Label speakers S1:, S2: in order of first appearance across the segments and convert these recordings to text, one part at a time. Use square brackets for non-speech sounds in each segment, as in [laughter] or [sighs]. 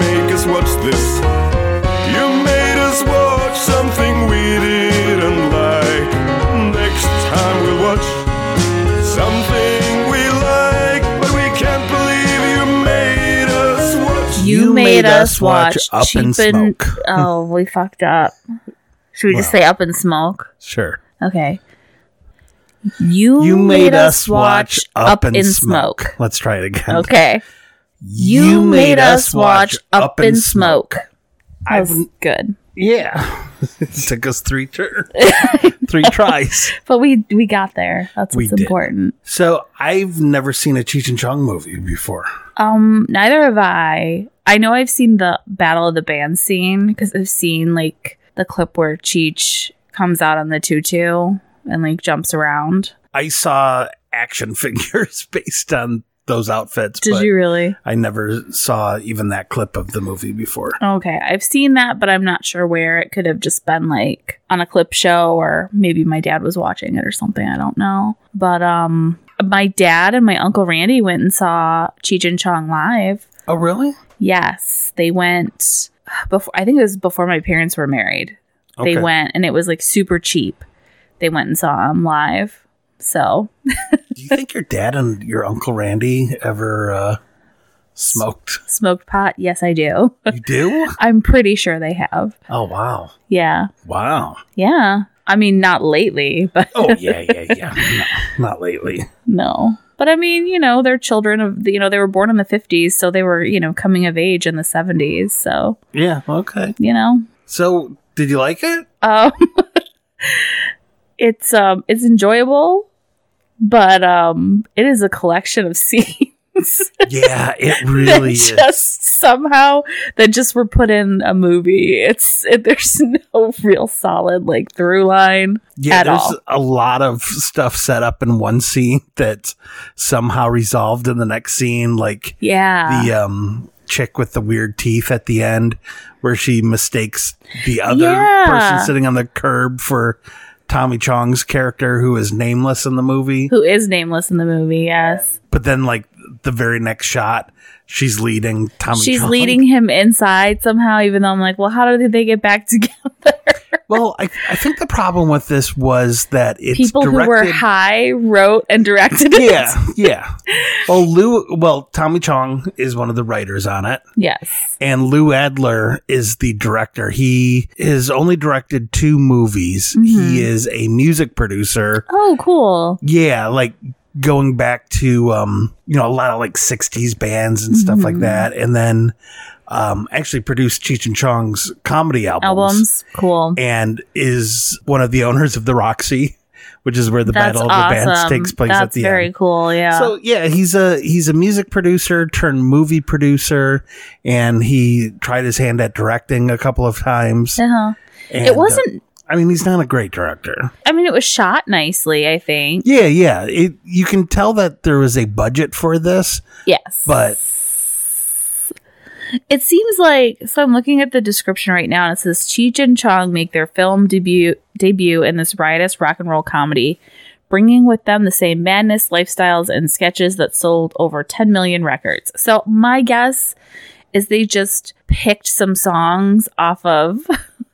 S1: make us watch this? You made us watch something we didn't like. Next time we'll watch something we like, but we can't believe you made us watch.
S2: You, made, us watch,
S3: Up
S2: cheap
S3: in
S2: and-
S3: Smoke.
S2: [laughs] oh, we fucked up. Should we just
S3: Wow.
S2: say up and smoke?
S3: Sure.
S2: Okay. You,
S3: You made, us watch Up in Smoke. Let's try it again.
S2: Okay. Oh, You, made us watch Up in Smoke. That was good. [laughs]
S3: Yeah. it took us three turns, three tries.
S2: But we we got there. That's
S3: We
S2: what's
S3: did.
S2: important.
S3: So I've never seen a Cheech and Chong movie before.
S2: Um, neither have I. I know I've seen the Battle of the Band scene because I've seen like the clip where Cheech comes out on the tutu and like jumps around.
S3: I saw action [laughs] figures based on those outfits.
S2: Did
S3: but
S2: you really?
S3: I never saw even that clip of the movie before.
S2: Okay, I've seen that, but I'm not sure where. It could have just been like on a clip show or maybe my dad was watching it or something. I don't know. But um my dad and my uncle Randy went and saw Cheech and Chong live.
S3: Oh, really?
S2: Yes, they went before I think it was before my parents were married.
S3: Okay.
S2: They went and it was like super cheap. They went and saw him live. So,
S3: Do you think your dad and your uncle Randy ever uh,
S2: [laughs]
S3: smoked?
S2: smoked pot, yes I do. [laughs]
S3: You do?
S2: I'm pretty sure they have.
S3: Oh, wow.
S2: Yeah.
S3: Wow.
S2: Yeah. I mean not lately, but [laughs]
S3: Oh, yeah, yeah, yeah. No, [laughs] not lately.
S2: No. But I mean, you know, they're children of, you know, they were born in the 50s, so they were, you know, coming of age in the 70s. So,
S3: Yeah, okay.
S2: you know,
S3: So, did you like it?
S2: um, [laughs] it's um it's enjoyable, but um it is a collection of [laughs] scenes
S3: Yeah, [laughs] it
S2: that [laughs]
S3: really is.
S2: just somehow that just were put in a movie. It's it, there's [laughs] no real solid like through line.
S3: Yeah,
S2: at
S3: there's
S2: all.
S3: a lot of stuff set up in one scene that's somehow resolved in the next scene, like
S2: Yeah.
S3: the um chick with the weird teeth at the end where she mistakes the other
S2: Yeah.
S3: person sitting on the curb for Tommy Chong's character who is nameless in the movie.
S2: Who is nameless in the movie? Yes.
S3: But then like the very next shot, she's leading Tommy
S2: she's
S3: Chong.
S2: leading him inside somehow even though i'm like well how did they get back [laughs] together
S3: Well, I, I think the problem with this was that it's
S2: people
S3: directed
S2: who were high wrote and directed it
S3: yeah, yeah. Well, Lou. Well, Tommy Chong is one of the writers on it,
S2: [laughs] yes
S3: and Lou Adler is the director. He has only directed two movies.
S2: Mm-hmm.
S3: He is a music producer.
S2: oh cool
S3: Yeah, like going back to um, you know, a lot of like '60s bands and stuff
S2: Mm-hmm.
S3: like that, and then um, actually produced Cheech and Chong's comedy
S2: albums cool
S3: and is one of the owners of the Roxy, which is where the
S2: that's
S3: Battle of
S2: awesome
S3: the Bands takes place
S2: that's
S3: at the
S2: very
S3: end.
S2: cool yeah
S3: So yeah, he's a he's a music producer turned movie producer, and he tried his hand at directing a couple of times.
S2: uh-huh.
S3: And,
S2: it wasn't
S3: uh, I mean, he's not a great director.
S2: i mean it was shot nicely i think
S3: Yeah, yeah. It, you can tell that there was a budget for this,
S2: yes
S3: but
S2: it seems like so i'm looking at the description right now and it says cheech and chong make their film debut debut in this riotous rock and roll comedy bringing with them the same madness lifestyles and sketches that sold over 10 million records so my guess is they just picked some songs off of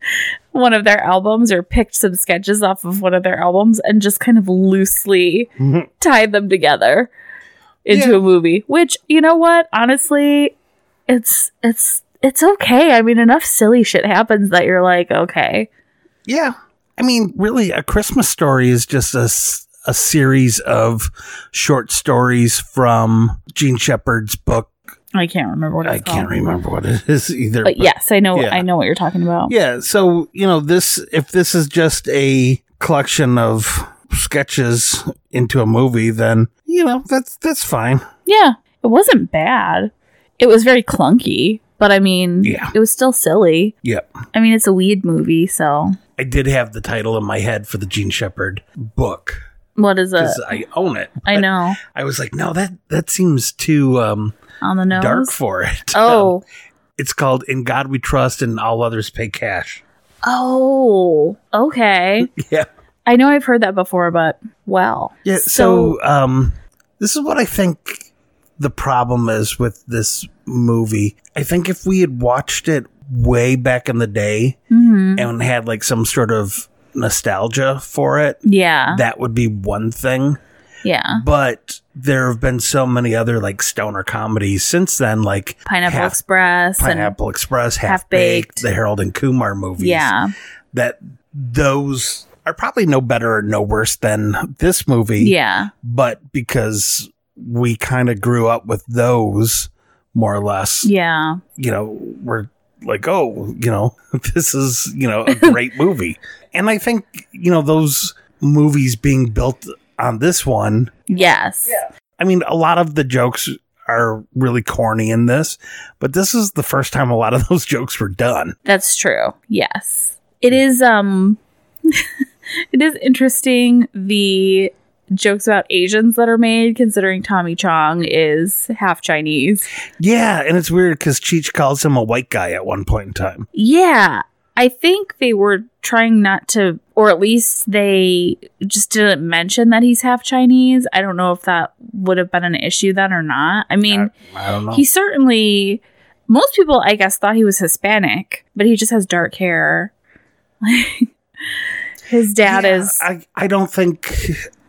S2: [laughs] one of their albums or picked some sketches off of one of their albums and just kind of loosely tied them together into
S3: Yeah.
S2: a movie which you know what honestly it's it's it's okay. I mean, enough silly shit happens that you're like, okay.
S3: Yeah. I mean, really, a Christmas story is just a, s- a series of short stories from Gene Shepard's book.
S2: I can't remember what it's
S3: I can't
S2: called.
S3: remember what it [laughs] is either.
S2: But yes, I know.
S3: Yeah.
S2: I know what you're talking about.
S3: Yeah. So, you know, this, if this is just a collection of sketches into a movie, then, you know, that's, that's fine.
S2: Yeah, it wasn't bad. It was very clunky, but I mean,
S3: Yeah.
S2: it was still silly.
S3: Yep.
S2: I mean, it's a weed movie, so
S3: I did have the title in my head for the Gene Shepard book
S2: what is it?
S3: because I own it.
S2: Uh, I
S3: But
S2: know
S3: I was like, no, that, that seems too, um,
S2: on the nose.
S3: dark [laughs] for it.
S2: oh,
S3: It's called In God We Trust and All Others Pay Cash. [laughs]
S2: oh, okay.
S3: Yeah.
S2: I know I've heard that before, but well,
S3: Yeah. So, um, this is what I think the problem is with this movie. I think if we had watched it way back in the day
S2: mhm.
S3: and had like some sort of nostalgia for it,
S2: yeah,
S3: that would be one thing.
S2: yeah.
S3: But there have been so many other like stoner comedies since then, like
S2: Pineapple
S3: Half-
S2: Express and
S3: Pineapple Express, Half
S2: Half-Baked.
S3: Baked, the Harold and Kumar movies.
S2: yeah,
S3: that those are probably no better or no worse than this movie.
S2: yeah,
S3: But because we kind of grew up with those more or less,
S2: yeah.
S3: you know, we're like, oh, you know, [laughs] this is, you know,
S2: [laughs]
S3: a great movie. And I think, you know, those movies being built on this one,
S2: Yes.
S3: I mean, a lot of the jokes are really corny in this, but this is the first time a lot of [laughs] those jokes were done.
S2: That's true. Yes. It is um [laughs] it is interesting the jokes about Asians that are made considering Tommy Chong is half Chinese.
S3: Yeah, and it's weird because Cheech calls him a white guy at one point in time.
S2: Yeah. I think they were trying not to or at least they just didn't mention that he's half Chinese. I don't know if that would have been an issue then or not. I mean,
S3: I don't know.
S2: he certainly most people I guess thought he was Hispanic, but he just has dark hair. [laughs] His dad
S3: Yeah,
S2: is
S3: I, I don't think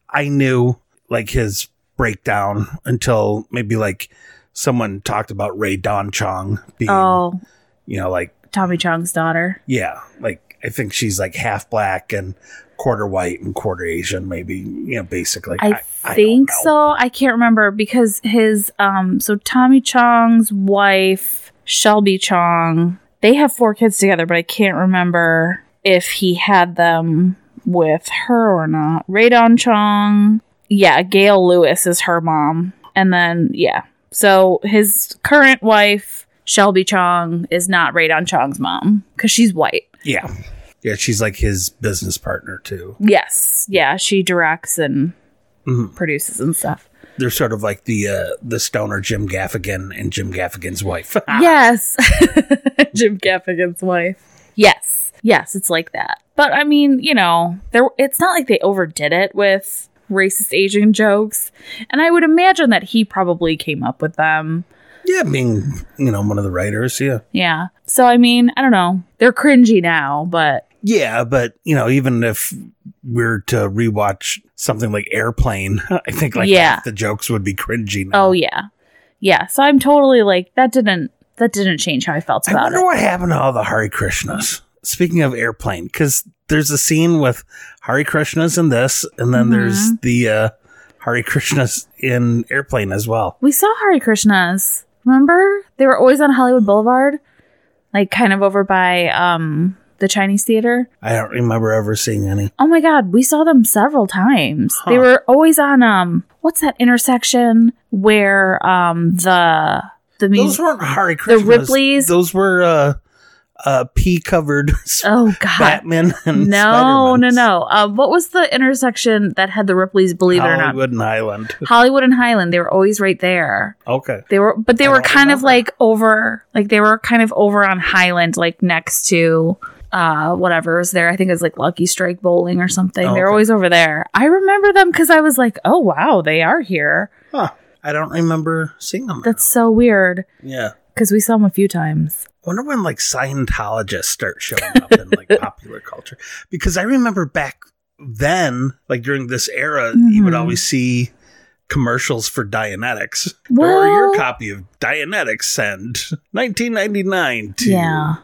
S3: I knew like his breakdown until maybe like someone talked about Ray Don Chong being,
S2: oh
S3: you know, like,
S2: Tommy Chong's daughter.
S3: yeah, like I think she's like half black and quarter white and quarter Asian, maybe, you know, basically.
S2: I,
S3: don't
S2: think
S3: know.
S2: so. I can't remember because his um so Tommy Chong's wife Shelby Chong they have four kids together, but I can't remember if he had them with her or not. Radon Chong, yeah, Gail Lewis is her mom, and then yeah, so his current wife Shelby Chong is not Radon Chong's mom because she's white.
S3: Yeah. Yeah. She's like his business partner too.
S2: Yes. Yeah. She directs and
S3: Mhm.
S2: produces and stuff.
S3: They're sort of like the, uh, the stoner Jim Gaffigan and Jim Gaffigan's wife. [laughs]
S2: Yes. [laughs] Jim Gaffigan's wife. Yes. Yes. It's like that. But I mean, you know, there. It's not like they overdid it with racist Asian jokes, and I would imagine that he probably came up with them.
S3: yeah. Being, you know, one of the writers. Yeah.
S2: Yeah. So I mean, I don't know. They're cringy now, but
S3: Yeah, but you know, even if we're to rewatch something like Airplane, [laughs] I think like
S2: Yeah.
S3: half the jokes would be cringy. Now.
S2: oh yeah, yeah. So I'm totally like that. Didn't that didn't change how I felt
S3: I
S2: about
S3: wonder
S2: it?
S3: what happened to all the Hari Krishnas. Speaking of Airplane, because there's a scene with Hari Krishnas in this, and then
S2: Mm-hmm.
S3: there's the uh, Hari Krishnas in Airplane as well.
S2: We saw Hari Krishnas. Remember? They were always on Hollywood Boulevard, like kind of over by um the Chinese theater.
S3: I don't remember ever seeing any.
S2: Oh my god, we saw them several times. They
S3: Huh.
S2: were always on um what's that intersection where um the the
S3: Those
S2: music
S3: weren't Hari Krishnas.
S2: Ripley's?
S3: Those were uh, uh, pea [laughs] covered
S2: Oh god.
S3: Batman and
S2: no, no,
S3: Spider-Mans.
S2: no. Um, what was the intersection that had the Ripley's? Believe it or not,
S3: Hollywood and Island.
S2: Hollywood and Highland. They were always right there.
S3: Okay.
S2: They were, but they
S3: I
S2: were
S3: don't
S2: kind of
S3: remember.
S2: like over, like they were kind of over on Highland, like next to uh whatever is there. I think it's like Lucky Strike Bowling or something.
S3: Oh,
S2: They're
S3: okay.
S2: always over there. I remember them because I was like, oh wow, they are here.
S3: Huh. I don't remember seeing them.
S2: That's so weird
S3: yeah.
S2: because we saw them a few times.
S3: Wonder when like Scientologists start showing up in
S2: [laughs]
S3: like popular culture because I remember back then, like during this era, you would
S2: Mhm.
S3: always see commercials for Dianetics.
S2: Well-
S3: or your copy of Dianetics send 1999 to
S2: Yeah.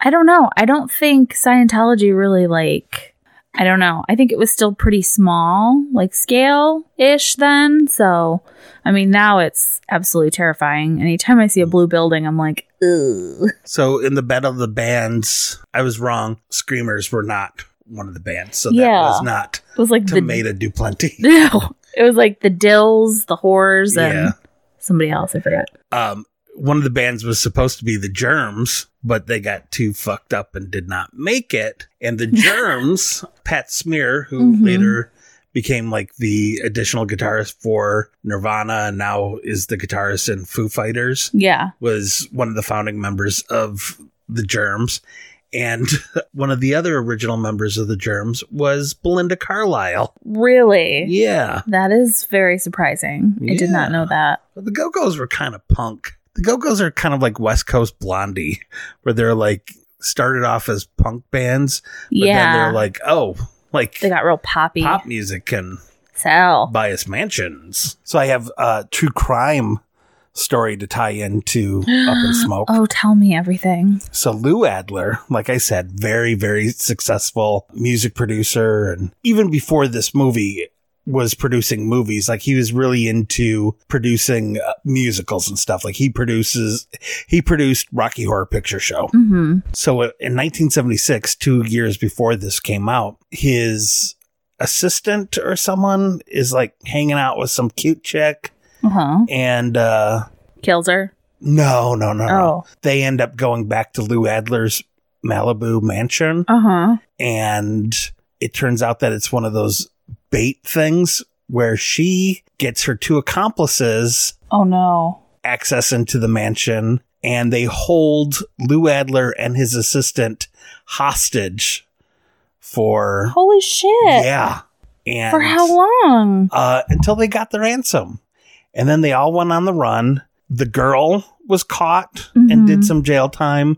S2: I don't know. I don't think Scientology really like I don't know. I think it was still pretty small, like scale ish then. So I mean now it's absolutely terrifying. Anytime I see a blue building, I'm like, ugh.
S3: So in the Battle of the Bands, I was wrong. Screamers were not one of the bands, so
S2: Yeah.
S3: that was not
S2: It was like
S3: Tomato Duplanty.
S2: the [laughs] No. It was like the Dills, the Whores, and
S3: Yeah.
S2: somebody else, I forget.
S3: Um, one of the bands was supposed to be the Germs, but they got too fucked up and did not make it. And the Germs, Pat Smear, who
S2: Mhm.
S3: later became like the additional guitarist for Nirvana and now is the guitarist in Foo Fighters.
S2: Yeah.
S3: was one of the founding members of the Germs. And [laughs] one of the other original members of the Germs was Belinda Carlisle.
S2: Really?
S3: Yeah.
S2: That is very surprising. I did not
S3: Yeah.
S2: know that.
S3: The Go Go's were kind of punk. The Go Go's are kind of like West Coast Blondie, where they're like started off as punk bands, but
S2: yeah.
S3: then they're like, oh, like
S2: they got real poppy.
S3: pop music and
S2: Sell.
S3: bias mansions. So I have a true crime story to tie into
S2: [gasps]
S3: Up in Smoke.
S2: Oh, tell me everything.
S3: So Lou Adler, [laughs] like I said, very, very successful music producer. And even before this movie was producing movies, like he was really into producing uh, musicals and stuff. Like he produces, he produced Rocky Horror Picture Show.
S2: Mm-hmm.
S3: So uh, in 1976, two years before this came out, his assistant or someone is like hanging out with some cute chick
S2: Uh huh.
S3: and, uh,
S2: Kills her.
S3: no, no, no, no
S2: Oh.
S3: they end up going back to Lou Adler's Malibu mansion.
S2: Uh huh.
S3: And it turns out that it's one of those bait things where she gets her two accomplices
S2: Oh no.
S3: access into the mansion and they hold Lou Adler and his assistant hostage for.
S2: Holy shit.
S3: Yeah. And
S2: For how long?
S3: uh, until they got their ransom. And then they all went on the run. The girl was caught and
S2: Mhm.
S3: did some jail time.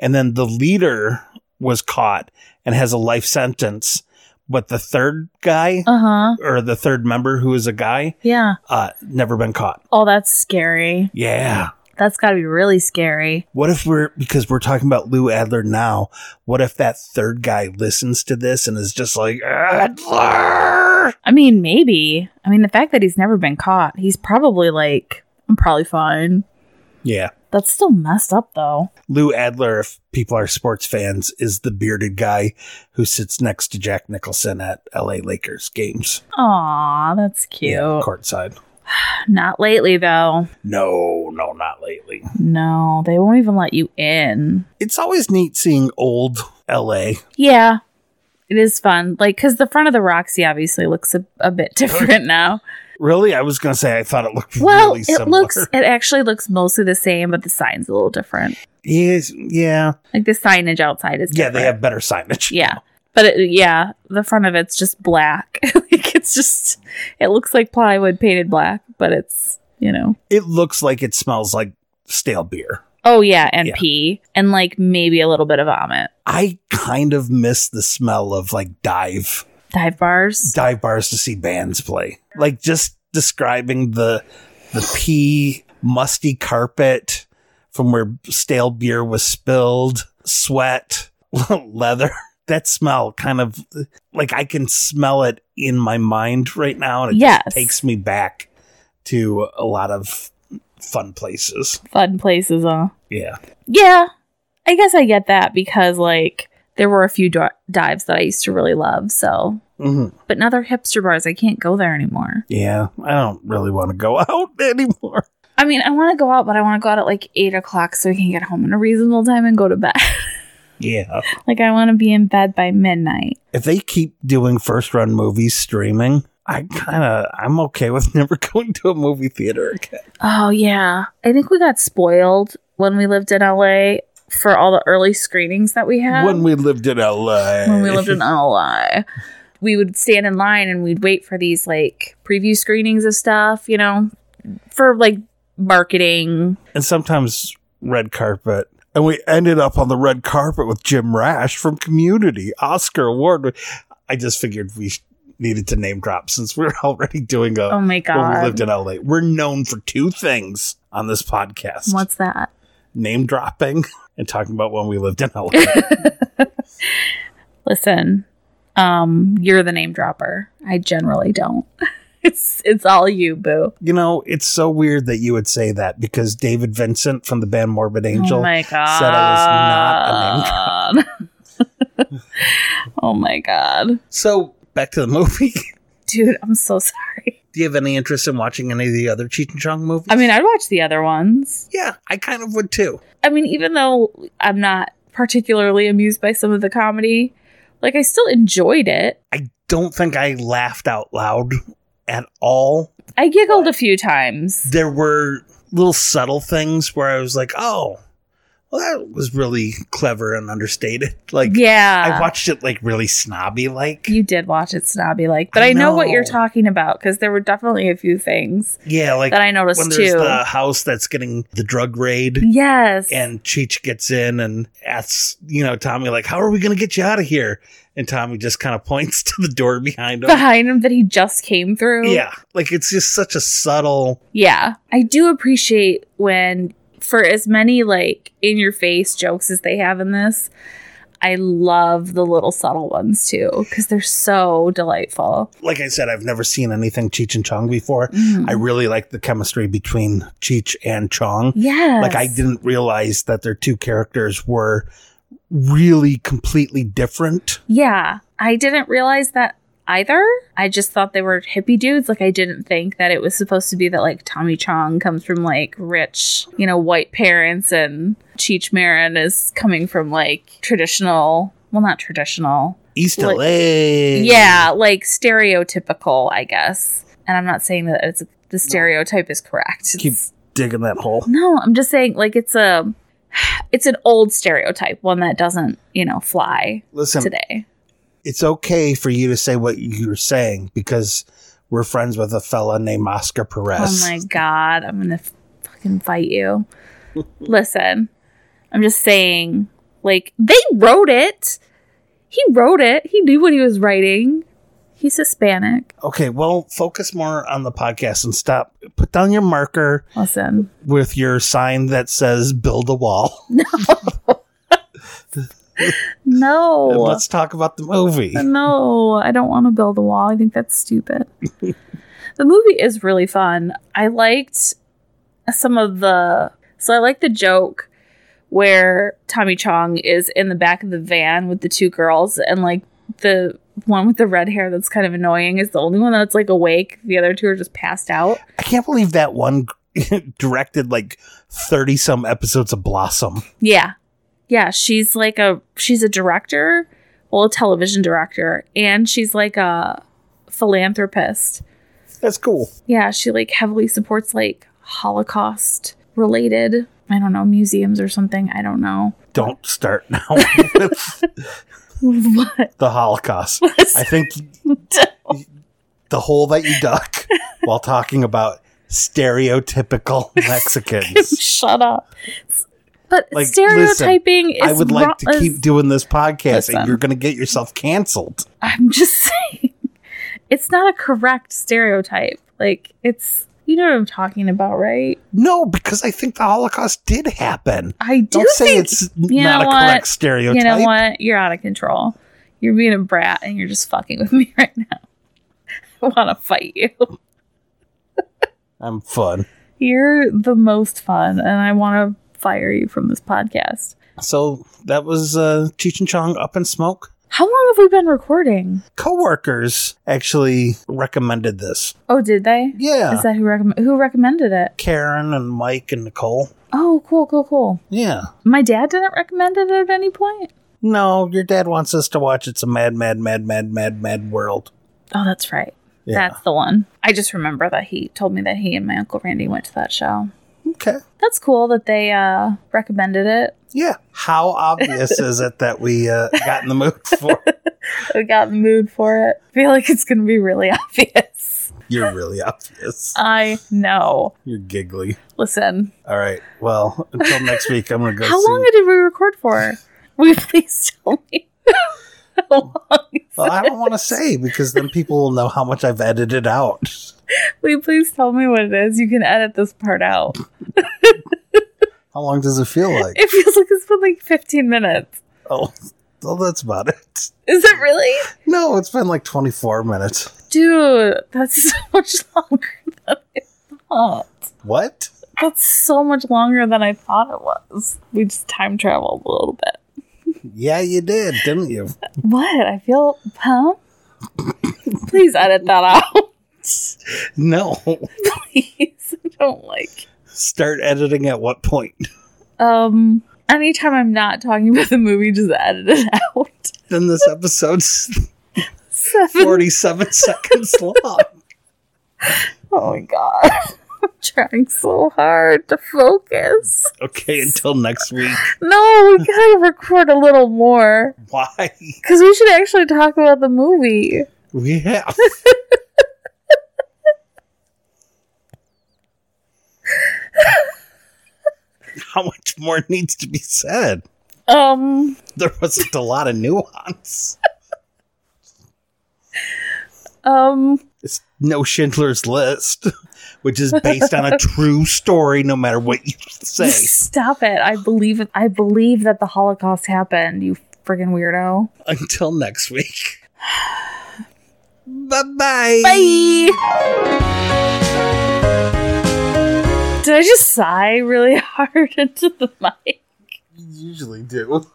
S3: And then the leader was caught and has a life sentence. But the third guy,
S2: Uh huh.
S3: or the third member who is a guy,
S2: Yeah.
S3: uh, never been caught.
S2: Oh, that's scary.
S3: Yeah.
S2: That's got to be really scary.
S3: What if we're, because we're talking about Lou Adler now, what if that third guy listens to this and is just like, Adler?
S2: I mean, maybe. I mean, the fact that he's never been caught, he's probably like, I'm probably fine.
S3: Yeah.
S2: That's still messed up though.
S3: Lou Adler, if people are sports fans, is the bearded guy who sits next to Jack Nicholson at LA Lakers games.
S2: Aw, that's cute.
S3: courtside.
S2: Not lately though.
S3: No, no, not lately.
S2: No, they won't even let you in.
S3: It's always neat seeing old LA.
S2: Yeah. It is fun. Like, because the front of the Roxy obviously looks a, a bit [laughs] different now.
S3: Really? I was going to say I thought it looked
S2: Well,
S3: [laughs] really
S2: it
S3: similar.
S2: looks, it actually looks mostly the same, but the sign's a little different.
S3: Yes, yeah.
S2: Like the signage outside is
S3: Yeah,
S2: different.
S3: they have better signage.
S2: Yeah. But it, yeah, the front of it's just black. [laughs] like, it's just, it looks like plywood painted black, but it's, you know.
S3: It looks like it smells like stale beer.
S2: Oh, yeah, and
S3: Yeah.
S2: pee. And like maybe a little bit of vomit.
S3: I kind of miss the smell of like dive
S2: Dive bars.
S3: dive bars to see bands play. Like just describing the the pea musty carpet from where stale beer was spilled, sweat, [laughs] leather. That smell kind of like I can smell it in my mind right now and it
S2: Yes.
S3: just takes me back to a lot of fun places.
S2: Fun places, huh?
S3: Yeah.
S2: Yeah, I guess I get that because like there were a few d- dives that I used to really love. So,
S3: hmm
S2: but now they're hipster bars. I can't go there anymore.
S3: Yeah. I don't really want to go [laughs] out anymore.
S2: I mean, I want to go out, but I want to go out at like eight o'clock so we can get home in a reasonable time and go to bed. [laughs]
S3: Yeah.
S2: like I want to be in bed by midnight.
S3: if they keep doing first run movies streaming, I kind of I'm okay with [laughs] never going to a movie theater again.
S2: Oh yeah, I think we got spoiled when we lived in LA for all the early screenings that we had.
S3: when we lived in LA,
S2: Um, when we lived
S3: [laughs]
S2: in LA. We would stand in line and we'd wait for these like preview screenings of stuff, you know, for like marketing.
S3: and sometimes red carpet. And we ended up on the red carpet with Jim Rash from Community, Oscar award. I just figured we sh- needed to name drop since we're [laughs] already doing a
S2: Oh my
S3: Uh, when we
S2: god.
S3: lived in LA. We're known for two things on this podcast.
S2: What's that?
S3: Name dropping [laughs] and talking about when we lived in LA.
S2: Listen, um, you're the name dropper. I generally don't. [laughs] It's it's all you, boo. Oh
S3: you know, it's so weird that you would say that because David Vincent from the band Morbid Angel
S2: oh my god.
S3: said I was not a name drop.
S2: [laughs]
S3: [laughs]
S2: oh my god.
S3: So back to the movie. [laughs]
S2: Dude, I'm so sorry.
S3: Do you have any interest in watching any of the other Cheech and Chong movies?
S2: I mean, I'd watch the other ones.
S3: yeah, I kind of would too.
S2: I mean, even though I'm not particularly amused by some of the comedy, like I still enjoyed it.
S3: I don't think I laughed out loud at all.
S2: I giggled a few times.
S3: There were little subtle things where I was like, oh, well, that was really clever and understated. Like,
S2: yeah.
S3: I watched it like really snobby like.
S2: you did watch it snobby like, but I,
S3: I
S2: know. what
S3: know.
S2: you're talking about because there were definitely a few things
S3: Yeah, like
S2: that I noticed
S3: when there's
S2: too.
S3: the house that's getting the drug raid.
S2: yes.
S3: And Cheech gets in and asks, you know, Tommy, like, how are we going to get you out of here? And Tommy just kind of [laughs] points to the door
S2: [laughs]
S3: behind him.
S2: behind him that he just came through.
S3: Yeah. Like, it's just such a subtle.
S2: Yeah. I do appreciate when, for as many like in your face jokes as they have in this, I love the little subtle ones too because they're so delightful.
S3: Like I said, I've never seen anything Cheech and Chong before. I really like the chemistry between Cheech and Chong.
S2: Yes.
S3: Like, I didn't realize that their two characters were really completely different.
S2: Yeah. I didn't realize that either. I just thought they were hippie dudes. Like, I didn't think that it was supposed to be that, like, Tommy Chong comes from, like, rich, you know, white parents and Cheech Marin is coming from, like, traditional, well, not traditional.
S3: East
S2: Like-
S3: LA.
S2: Yeah. Like, stereotypical, I guess. And I'm not saying that it's the stereotype is correct.
S3: Keep
S2: It's-
S3: digging that hole.
S2: no, I'm just saying, like, it's a. [sighs] It's an old stereotype, one that doesn't, you know, fly
S3: Listen,
S2: today.
S3: it's okay for you to say what you're saying because we're friends with a fella named Oscar Perez.
S2: Oh my god, I'm gonna f- fucking fight you. [laughs] Listen, I'm just saying, like they wrote it. He wrote it. He knew what he was writing. He's Hispanic.
S3: Okay, well, focus more on the podcast and stop. Put down your marker
S2: Listen,
S3: with your sign that says build a wall. [laughs] And
S2: no,
S3: let's talk about the [laughs] movie.
S2: no, I don't want to build a wall. I think that's stupid. the movie is really fun. I liked some of the. So I like the joke where Tommy Chong is in the back of the van with the two girls, and like the one with the red hair that's kind of annoying is the only one that's like awake. The other two are just passed out.
S3: I can't believe that one [laughs] directed like 30 some episodes of Blossom.
S2: Yeah. Yeah, she's like a she's a director, well, a television director, and she's like a philanthropist.
S3: That's cool.
S2: Yeah, she like heavily supports like Holocaust related, I don't know, museums or something. I don't know.
S3: [laughs]
S2: [laughs]
S3: Don't start now [laughs] with
S2: What?
S3: the Holocaust.
S2: [laughs]
S3: I think the hole that you dug while talking about
S2: [laughs]
S3: stereotypical Mexicans.
S2: Shut up. But
S3: Like,
S2: stereotyping is
S3: I would like
S2: wrong-
S3: to keep doing this podcast,
S2: Listen.
S3: and you're going to get yourself canceled.
S2: [laughs] I'm just saying, it's not a correct stereotype. Like it's, you know what I'm talking about, right?
S3: No, because I think the Holocaust did happen.
S2: I do
S3: Don't say
S2: think-
S3: it's
S2: you
S3: not
S2: know
S3: a
S2: what?
S3: correct stereotype.
S2: You know what? You're out of control. You're being a brat and you're just fucking with [laughs] me right now. I want to fight you.
S3: I'm fun.
S2: You're the most fun, and I want to fire you from this podcast.
S3: So that was uh, Cheech and Chong up in smoke.
S2: How long have we been recording?
S3: Coworkers actually recommended this.
S2: Oh, did they?
S3: Yeah,
S2: Is that who recommend who recommended it?
S3: Karen and Mike and Nicole.
S2: Oh, cool, cool, cool.
S3: Yeah.
S2: My dad didn't recommend it at any point.
S3: No, your dad wants us to watch It's a Mad, Mad, Mad, Mad, Mad, Mad World.
S2: Oh, that's right.
S3: Yeah.
S2: That's the one. I just remember that he told me that he and my uncle Randy went to that show.
S3: Okay.
S2: That's cool that they uh, recommended it.
S3: Yeah. How obvious is it that we uh, got in the mood for?
S2: We got in the mood for it. I feel like it's going to be really [laughs] obvious.
S3: You're really obvious.
S2: I know.
S3: You're giggly.
S2: Listen,
S3: All right. Well, until next week, I'm going to go
S2: how
S3: see. [laughs]
S2: long did we record for? Will you please tell me? how long.
S3: Well, I don't want to say because then people will know how much I've edited out.
S2: Wait, please tell me what it is. You can edit this part out.
S3: How long does it feel like?
S2: It feels like it's been like 15 minutes.
S3: Oh, well, that's about it.
S2: Is it really?
S3: No, it's been like 24 minutes.
S2: Dude, that's [laughs] so much longer than I thought.
S3: What?
S2: That's so much longer than I thought it was. We just time traveled a little bit.
S3: Yeah, you did, didn't you?
S2: What? I feel huh? Please edit that out. [laughs]
S3: No.
S2: Please. I don't like.
S3: Start editing at what point?
S2: Um anytime I'm not talking about the movie, just edit it out.
S3: Then this
S2: [laughs]
S3: episode's
S2: Seven.
S3: 47 seconds long.
S2: [laughs] Oh my god. I'm trying so hard to focus.
S3: Okay, until next week.
S2: No, we gotta record a little more.
S3: [laughs] Why?
S2: Because we should actually talk about the movie.
S3: We have. How much more needs to be said?
S2: Um,
S3: There wasn't a lot of nuance.
S2: um,
S3: It's no Schindler's List, which is based on a true story, no matter what you say.
S2: stop it. I believe it. I believe that the Holocaust happened, you friggin' weirdo.
S3: [laughs] Until next week. Bye-bye.
S2: Bye! Did I just sigh really [laughs] hard into the mic?
S3: Usually do.